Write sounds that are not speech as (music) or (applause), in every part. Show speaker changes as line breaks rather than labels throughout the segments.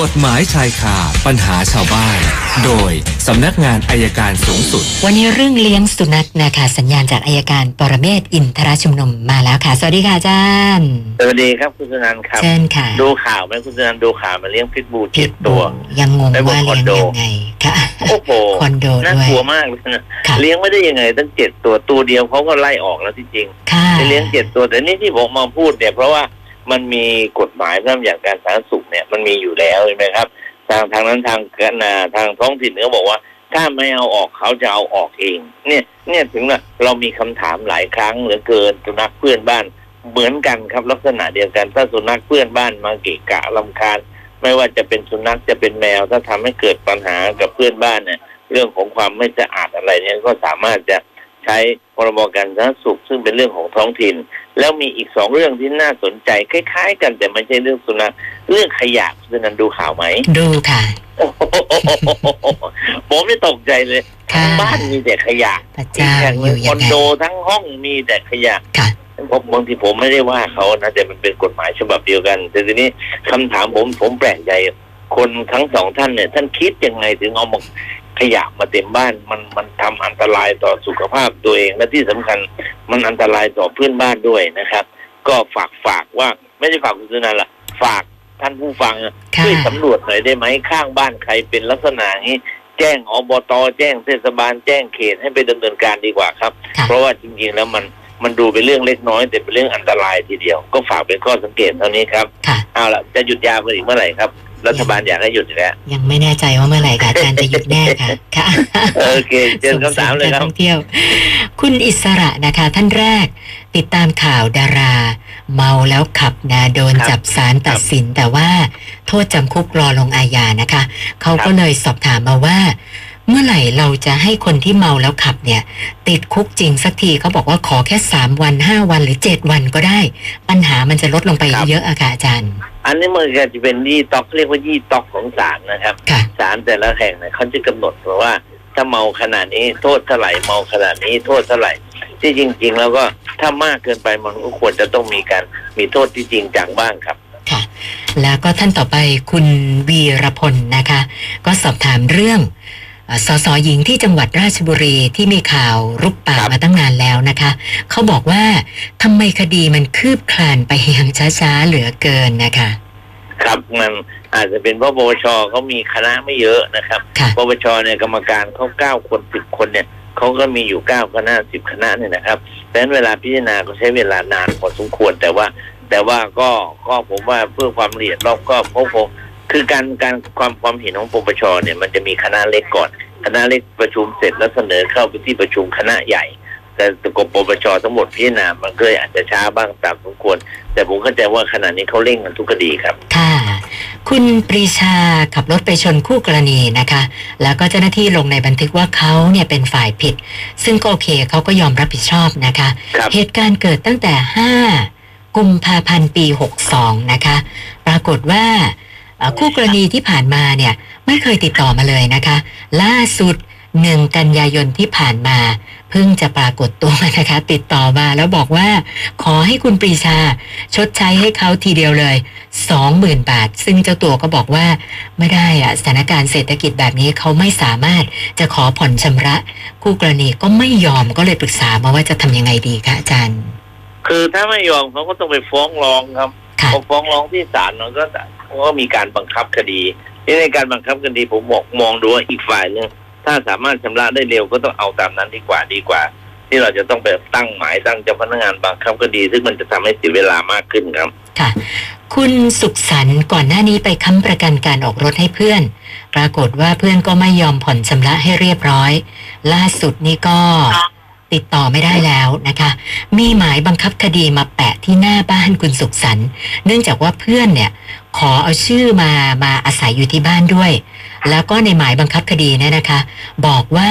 กฎหมายชายคาปัญหาชาวบ้าน โดยสำนักงานอายการสูงสุด
วันนี้เรื่องเลี้ยงสุนัขนะคะสัญญาณจากอายการปรเมศวร์อินทรชุมนุมมาแล้วค่ะ สวัสดีค่ะอาจารย์
สวัสดีครับคุณสุนันท์ครับ
เชิญค่ะ
ดูข่าวไหมคุณสุนันท์ดูข่าวมาเลี้ยงพิษบูเจ็ดตัว
ยังงง
ไปบน
ว่า
คอ
เลี้ย
น
ง
โด
ยังไงค่ะ
โอ้โห
คอนโด
น่า
ด้วย
กลัวมากเลยนะ
ค่ะ
เลี้ยงไม่ได้ยังไงตั้งเจ็ดตัวตัวเดียวเขาก็ไล่ออกแล้วที่จริง
ค่ะ
จะเลี้ยงเจ็ดตัว แต่นี่ที่ผมมาพูดเนี่ยเพราะว่ามันมีกฎหมายพระราชบัญญัติการสาธารณสุขเนี่ยมันมีอยู่แล้วใช่ไหมครับ ทางทางนั้นทางกนาทางท้องถิ่นเขาบอกว่า ถ้าไม่เอาออกเขาจะเอาออกเอง เนี่ยเนี่ยถึงน่ะเรามีคำถามหลายครั้งเหลือเกินสุนัขเพื่อนบ้าน เหมือนกันครับลักษณะเดียวกัน ถ้าสุนัขเพื่อนบ้านมาเกะกะลำคาญ ไม่ว่าจะเป็นสุนัขจะเป็นแมว ถ้าทำให้เกิดปัญหากับเพื่อนบ้านเนี่ย เรื่องของความไม่สะอาดอะไรเนี่ยก็สามารถจะใช้พรบการสาธารณสุขซึ่งเป็นเรื่องของท้องถิ่น แล้วมีอีกสองเรื่องที่น่าสนใจคล้ายๆ กันแต่ไม่ใช่เรื่องสุนัขเรื่องขยะคุณนันดูข่าวไหม (laughs)
ดูค่ะ
โอ้โหผมนี่ตกใจเลย
ค่ะ
ทั้งบ้านมีแต่ขยะ
ประจาน
ทั้ง
อยู่
ค
ยั
อง น
ไง
โดทั้งห้องมีแต่ขยะ
ค่ะ
ผมบางทีผมไม่ได้ว่าเขานะแต่มันเป็นกฎหมายฉบับเดียวกัน แต่ทีนี้คำถามผมผมแปลกใจ คนทั้งสองท่านเนี่ย ท่านคิดยังไงถึงเอามาขยะมาเต็มบ้าน มันมันทำอันตรายต่อสุขภาพตัวเองและที่สำคัญมันอันตรายต่อเพื่อนบ้านด้วยนะครับ ก็ฝากฝากว่าไม่ได้ฝากคุณสุนันท์ละฝากท่านผู้ฟังอะ
ค่ะ
ช่วยสำรวจหน่อยได้ไหมข้างบ้านใครเป็นลักษณะอย่างนี้ แจ้งอบตแจ้งเทศบาลแจ้งเขตให้ไปดำเนินการดีกว่าครับ
ค่ะ
เพราะว่าจริงๆแล้วมันมันดูเป็นเรื่องเล็กน้อย แต่เป็นเรื่องอันตรายทีเดียว ก็ฝากเป็นข้อสังเกตเท่านี้ครับ
ค่ะ
เอาละจะหยุดยาวกันอีกเมื่อไหร่ครับ รัฐบาลอยากให้หยุดอยู่แล้ว
ยังไม่แน่ใจว่าเมื่อไหร่ค่ะอาจารย์จะหยุดแน่ค่ะค่ะ
โอเคเจอคำถามเลยครั
ส่งสก
บ
ท่องเที่ยว คุณอิสระนะคะท่านแรก ติดตามข่าวดารา เมาแล้วขับนะโดน
ครั
จั
บ
บสารตัดสิน แต่ว่าโทษจำคุกรอลงอาญานะคะ เขาก็
ครับ
เลยสอบถามมาว่า เมื่อไหร่เราจะให้คนที่เมาแล้วขับเนี่ย ติดคุกจริงสักทีเขาบอกว่าขอแค่ 3 วัน 5 วันหรือ 7 วันก็ได้ ปัญหามันจะลดลงไปเยอะอะค่ะอาจารย์
อันนี้มันก็จะเป็นยี่ตอกเรียกว่ายี่ตอกของศาลนะครับ
ค่ะ
ศาลแต่ละแห่งเนี่ยเขาจะกำหนดไว้ว่า ถ้าเมาขนาดนี้โทษเท่าไหร่เมาขนาดนี้โทษเท่าไหร่ที่จริง ๆ แล้วก็ถ้ามากเกินไปมันก็ควรจะต้องมีการมีโทษที่จริงจังบ้างครับ
ค่ะแล้วก็ท่านต่อไปคุณวีรพลนะคะ ก็สอบถามเรื่องเอ่อสสหญิงที่จังหวัดราชบุรีที่มีข่าวรุกป่า
ครับ
มาตั้งนานแล้วนะคะ เขาบอกว่าทำไมคดีมันคืบคลานไปอย่างช้าๆเหลือเกินนะคะ
ครับมันอาจจะเป็นเพราะปปชเขามีคณะไม่เยอะนะครับ
ค่ะ
(laughs) ปปชเนี่ยกรรมการเขาเก้าคนสิบคนเนี่ยเขาก็มีอยู่เก้าคณะสิบคณะเนี่ยนะครับดังนั้นเวลาพิจารณาก็ใช้เวลานานพอสมควรแต่ว่า แต่ว่าก็ก็ผมว่าเพื่อความละเอียดรอบก็เพราะผมคือการการความความเห็นของปปชเนี่ยมันจะมีคณะเล็กก่อน คณะเล็กประชุมเสร็จแล้วเสนอเข้าไปที่ประชุมคณะใหญ่ แต่กบปปชทั้งหมดพิจารณามันก็เลยอาจจะช้าบ้างตามสมควร แต่ผมเข้าใจว่าขณะนี้เขาเร่งกันทุกคดีครับ
ค่ะ คุณปรีชาขับรถไปชนคู่กรณีนะคะ แล้วก็เจ้าหน้าที่ลงในบันทึกว่าเขาเนี่ยเป็นฝ่ายผิด ซึ่งก็โอเคเขาก็ยอมรับผิดชอบนะคะ
ครับ
เหตุการณ์เกิดตั้งแต่ 5 กุมภาพันธ์ปี 62 นะคะ ปรากฏว่าเอ่อคู่กรณีที่ผ่านมาเนี่ยไม่เคยติดต่อมาเลยนะคะ ล่าสุด 1 กันยายนที่ผ่านมา เพิ่งจะปรากฏตัวนะคะ ติดต่อมาแล้วบอกว่า ขอให้คุณปรีชา ชดใช้ให้เขาทีเดียวเลย 20,000 บาท ซึ่งเจ้าตัวก็บอกว่า ไม่ได้อะสถานการณ์เศรษฐกิจแบบนี้เขาไม่สามารถจะขอผ่อนชำระ คู่กรณีก็ไม่ยอมก็เลยปรึกษามาว่าจะทำยังไงดีคะอาจารย์
คือถ้าไม่ยอมเขาก็ต้องไปฟ้องร้องครับ
ค่ะ
พอฟ้องร้องที่ศาลมันก็ก็มีการบังคับคดีนี่ในการบังคับคดีผมบอกมองดูว่าอีกฝ่ายหนึงถ้าสามารถชำระได้เร็วก็ต้องเอาตามนั้นดีกว่าดีกว่า ที่เราจะต้องไปตั้งหมายตั้งเจ้าพนักงานบังคับคดี ซึ่งมันจะทำให้เสียเวลามากขึ้นครับ
ค่ะ คุณสุขสรรค์ก่อนหน้านี้ไปค้ำประกันการออกรถให้เพื่อน ปรากฏว่าเพื่อนก็ไม่ยอมผ่อนชำระให้เรียบร้อย ล่าสุดนี่ก็ติดต่อไม่ได้แล้วนะคะ มีหมายบังคับคดีมาแปะที่หน้าบ้านคุณสุขสรรค์ เนื่องจากว่าเพื่อนเนี่ยขอเอาชื่อมามาอาศัยอยู่ที่บ้านด้วย แล้วก็ในหมายบังคับคดีเนี่ยนะคะ บอกว่า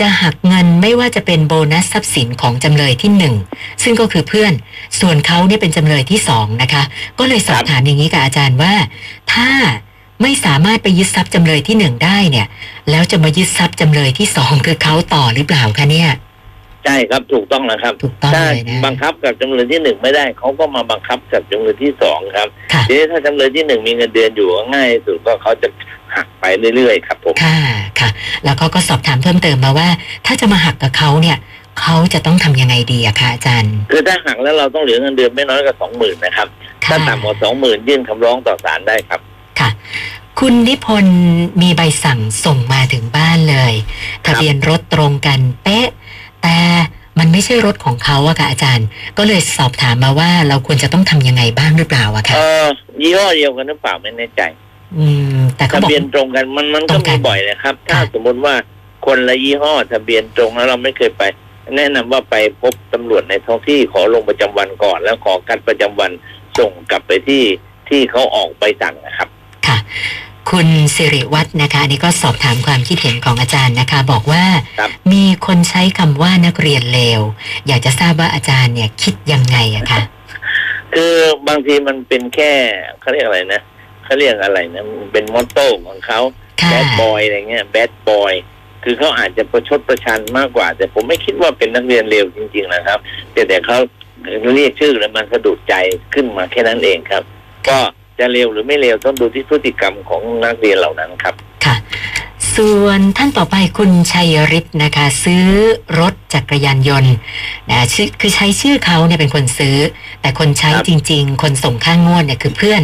จะหักเงินไม่ว่าจะเป็นโบนัสทรัพย์สินของจำเลยที่หนึ่งซึ่งก็คือเพื่อน ส่วนเขาเนี่ยเป็นจำเลยที่สองนะคะ ก็เลยสอบถามอย่างนี้กับอาจารย์ว่า ถ้าไม่สามารถไปยึดทรัพย์จำเลยที่หนึ่งได้เนี่ย แล้วจะมายึดทรัพย์จำเลยที่สองคือเขาต่อหรือเปล่าคะเนี่ย
ใช่ครับถูกต้องนะครับ
ถูกต้อง
ถ้า
เลยนะ
บังคับกับจำเลยที่หนึ่งไม่ได้เขาก็มาบังคับกับจำเลยที่สองครับ
ค่ะ
ทีนี้ถ้าจำเลยที่หนึ่งมีเงินเดือนอยู่ก็ง่ายที่สุดก็เขาจะหักไปเรื่อยๆครับผม
ค่ะค่ะ แล้วเขาก็สอบถามเพิ่มเติมมาว่า ถ้าจะมาหักกับเขาเนี่ย เขาจะต้องทำยังไงดีอะคะอาจารย์
คือถ้าหักแล้วเราต้องเหลือเงินเดือนไม่น้อยกว่าสองหมื่นนะครับ
ค่ะ
ถ้าต่ำกว่าสองหมื่นยื่นคำร้องต่อศาลได้ครับ
ค่ะ คุณนิพนธ์มีใบสั่งส่งมาถึงบ้านเลย
ครั
ทะ
บ
เบียนรถตรงกันเป๊ะ แต่มันไม่ใช่รถของเขาอะค่ะอาจารย์ ก็เลยสอบถามมาว่าเราควรจะต้องทำยังไงบ้างหรือเปล่าอะค่ะ
เออยี่ห้อเดียวกันหรือเปล่าไม่แน่ใจ
อืม แต่เขา
ทะ
บอก
เบียนตรงกันมันมัน
ต
ก็
รงกั
มี
น
บ่อยนะครับ ถ้า
ค่ะ
สมมติว่าคนละยี่ห้อทะเบียนตรงแล้วเราไม่เคยไป แนะนำว่าไปพบตำรวจในท้องที่ขอลงประจำวันก่อน แล้วขอกัดประจำวันส่งกลับไปที่ที่เขาออกใบสั่งนะครับ
ค่ะ คุณสิริวัฒน์นะคะอันนี้ก็สอบถามความคิดเห็นของอาจารย์นะคะ บอกว่า
ครับ
มีคนใช้คำว่านักเรียนเลว อยากจะทราบว่าอาจารย์เนี่ยคิดยังไงอะคะ
คือบางทีมันเป็นแค่เขาเรียกอะไรนะเขาเรียกอะไรนะมันเป็นมอตโต้ของเขา
ค่ะ
แบดบอยอะไรเงี้ยแบดบอยคือเขาอาจจะประชดประชันมากกว่า แต่ผมไม่คิดว่าเป็นนักเรียนเลวจริง ๆ นะครับ แต่แต่เขาเรียกชื่อแล้วมันสะดุดใจขึ้นมาแค่นั้นเองครับ ก็จะเลวหรือไม่เลวต้องดูที่พฤติกรรมของนักเรียนเหล่านั้นครับ
ค่ะ ส่วนท่านต่อไปคุณชัยฤทธิ์นะคะ ซื้อรถจักรยานยนต์นะชื่อคือใช้ชื่อเขาเนี่ยเป็นคนซื้อ แต่คนใช้
ครับ
จริง ๆ คนส่งข้างงวดเนี่ยคือเพื่อน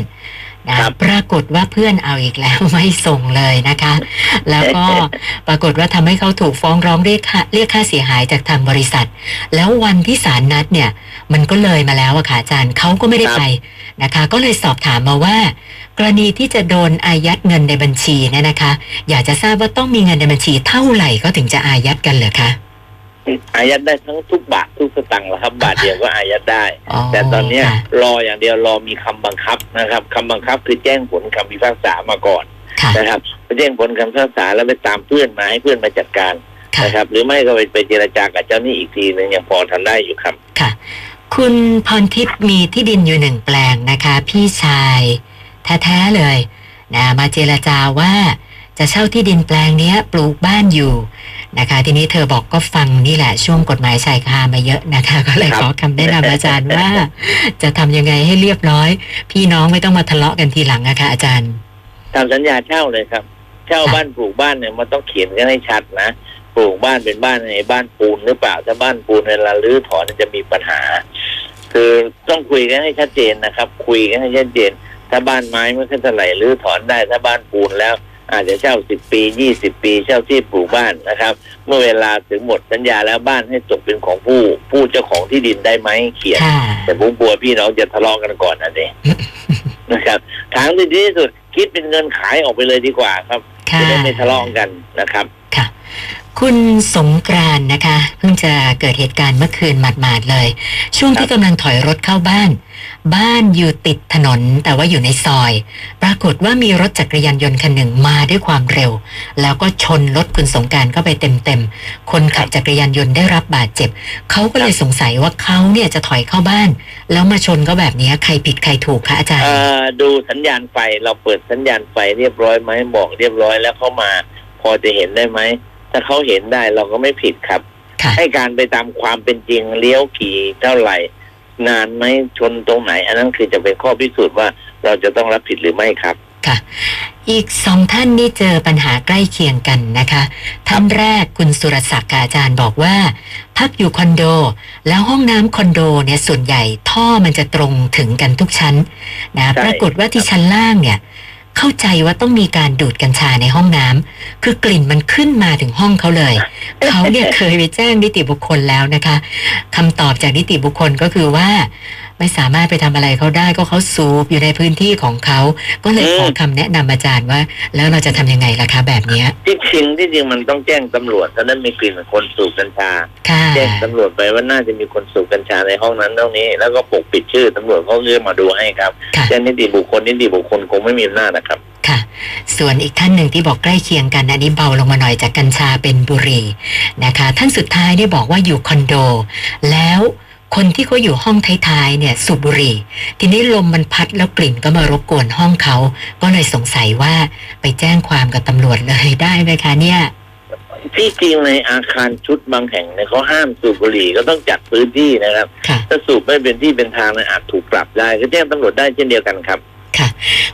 นะครับ ปรากฏว่าเพื่อนเอาอีกแล้ว (laughs) ไม่ส่งเลยนะคะ แล้ว
(laughs)
ก็ ปรากฏว่าทำให้เขาถูกฟ้องร้องเรียกค่าเรียกค่าเสียหายจากทางบริษัท แล้ววันที่ศาลนัดเนี่ย มันก็เลยมาแล้วอะค่ะอาจารย์เขาก็ไม่ได้ไปนะคะ ก็เลยสอบถามมาว่า กรณีที่จะโดนอายัดเงินในบัญชีเนี่ยนะคะ อยากจะทราบว่าต้องมีเงินในบัญชีเท่าไหร่ก็ถึงจะอายัดกันเหรอคะ
อายัดได้ทั้งทุกบาททุกสตังค์แหล้วครับ บาทเดียวก็อายัดได้
อ๋อ
แต่ตอนเนี้ย
ค่ะ
รออย่างเดียวรอมีคำบังคับนะครับคำบังคับคือแจ้งผลคำพิพากษามาก่อน
ค่ะ
นะครับไปแจ้งผลคำพิพากษาแล้วไปตามเพื่อนมาให้เพื่อนมาจัดการ
ค่ะ
นะครับหรือไม่ก็ไปไปเจรจากับเจ้าหนี้อีกทีหนึงยังพอทำได้อยู่ครับ
ค่ะ คุณพรทิพย์มีที่ดินอยู่หนึ่งแปลงนะคะ พี่ชายแท้ๆเลยนะมาเจรจาว่าจะเช่าที่ดินแปลงเนี้ย ปลูกบ้านอยู่นะคะ ทีนี้เธอบอกก็ฟังนี่แหละช่วงกฎหมายชายคามาเยอะนะคะ (laughs) ก็เลย
ครับ
ขอคำแนะนำอาจารย์ว่า จะทำยังไงให้เรียบร้อย พี่น้องไม่ต้องมาทะเลาะกันทีหลังนะคะอาจารย์
ทำสัญญาเช่าเลยครับ เช่าบ้านปลูกบ้านเนี่ยมันต้องเขียนกันให้ชัดนะปลูกบ้านเป็นบ้านในบ้านปูนหรือเปล่าถ้าบ้านปูนเวลารื้อถอนจะมีปัญหา คือต้องคุยกันให้ชัดเจนนะครับ คุยกันให้ชัดเจน ถ้าบ้านไม้ไม่ค่อยเท่าไหร่รื้อถอนได้ ถ้าบ้านปูนแล้ว อาจจะเช่าสิบปียี่สิบปี เช่าที่ปลูกบ้านนะครับ เมื่อเวลาถึงหมดสัญญาแล้วบ้านให้ตกเป็นของผู้ ผู้เจ้าของที่ดินได้ไหมเขียน
ค่ะ
แต่ผมกลัวพี่น้องจะทะเลาะกันก่อนนะ
(laughs)
เด็ นะครับทางที่ดีที่สุดคิดเป็นเงินขายออกไปเลยดีกว่าครับ
ค่ะ
จะได้ไม่ทะเลาะกันนะครับ
ค่ะ คุณสงกรานต์นะคะ เพิ่งจะเกิดเหตุการณ์เมื่อคืนหมาดๆเลย ช่วงที่กำลังถอยรถเข้าบ้าน บ้านอยู่ติดถนนแต่ว่าอยู่ในซอย ปรากฏว่ามีรถจักรยานยนต์คันหนึ่งมาด้วยความเร็ว แล้วก็ชนรถคุณสงกรารเข้าไปเต็มๆ คนขับจักรยานยนต์ได้รับบาดเจ็บ เขาก็เลยสงสัยว่าเขาเนี่ยจะถอยเข้าบ้าน แล้วมาชนก็แบบเนี้ยใครผิดใครถูกคะอาจารย์
เอ่อดูสัญญาณไฟเราเปิดสัญญาณไฟเรียบร้อยไหมบอกเรียบร้อยแล้วเขามา พอจะเห็นได้ไหมถ้าเขาเห็นได้เราก็ไม่ผิดครับ
ค่ะ
ให้การไปตามความเป็นจริงเลี้ยวกี่เท่าไหร่ นานไหมชนตรงไหน อันนั้นคือจะเป็นข้อพิสูจน์ว่าเราจะต้องรับผิดหรือไม่ครับ
ค่ะ อีกสองท่านนี่เจอปัญหาใกล้เคียงกันนะคะ ท่านแรกคุณสุรศักดิ์กับอาจารย์บอกว่า พักอยู่คอนโด แล้วห้องน้ำคอนโดเนี่ยส่วนใหญ่ท่อมันจะตรงถึงกันทุกชั้นนะ
ใช่
ปรากฏว่าที่ชั้นล่างเนี่ย เข้าใจว่าต้องมีการดูดกัญชาในห้องน้ำคือกลิ่นมันขึ้นมาถึงห้องเขาเลย เขาเนี่ยเคยไปแจ้งนิติบุคคลแล้วนะคะคำตอบจากนิติบุคคลก็คือว่า ไม่สามารถไปทำอะไรเขาได้ก็เขาสูบอยู่ในพื้นที่ของเขา ก็เลยขอคำแนะนำอาจารย์ว่า แล้วเราจะทำยังไงล่ะคะ แบบเนี้ย
ที่จริงที่จริงมันต้องแจ้งตำรวจถ้านั้นมีกลิ่นคนสูบกัญชา
ค่ะ
แจ้งตำรวจไปว่าน่าจะมีคนสูบกัญชาในห้องนั้นเท่านี้ แล้วก็ปกปิดชื่อตำรวจเขาเลื่อนมาดูให้ครับ
ค่ะ
แจ้งนิติบุคคลนิติบุคคลคงไม่มีอำนาจนะครับ
ค่ะ ส่วนอีกท่านหนึ่งที่บอกใกล้เคียงกันอันนี้เบาลงมาหน่อยจากกัญชาเป็นบุหรี่นะคะ ท่านสุดท้ายได้บอกว่าอยู่คอนโด แล้วคนที่เขาอยู่ห้องท้ายๆเนี่ยสูบบุหรี่ ทีนี้ลมมันพัดแล้วกลิ่นก็มารบกวนห้องเขา ก็เลยสงสัยว่าไปแจ้งความกับตำรวจเลยได้ไหมคะเนี่ย
ที่จริงในอาคารชุดบางแห่งเนี่ยเขาห้ามสูบบุหรี่ก็ต้องจัดพื้นที่นะครับ
ค่ะ
ถ้าสูบไม่เป็นที่เป็นทางเนี่ยอาจถูกปรับได้ก็แจ้งตำรวจได้เช่นเดียวกันครับ
ค่ะ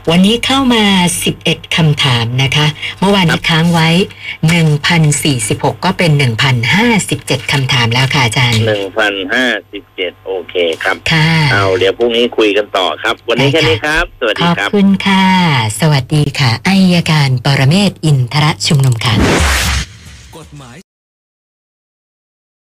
วันนี้เข้ามา 11 คำถามนะคะ เมื่อวานนี้ค้างไว้ 1,046 ก็เป็น 1,057 คำถามแล้วค่ะอาจารย์
หนึ่งพันห้าสิบเจ็ดโอเคครับ
ค่ะ
เอาเดี๋ยวพรุ่งนี้คุยกันต่อครับ วันนี้แค่นี้ครับ สวัส
ข
ดี
อบ
ครับ
คุณค่ะ สวัสดีค่ะ อัยการปรเมศวร์อินทรชุมนุมค่ะ
กฎหมาย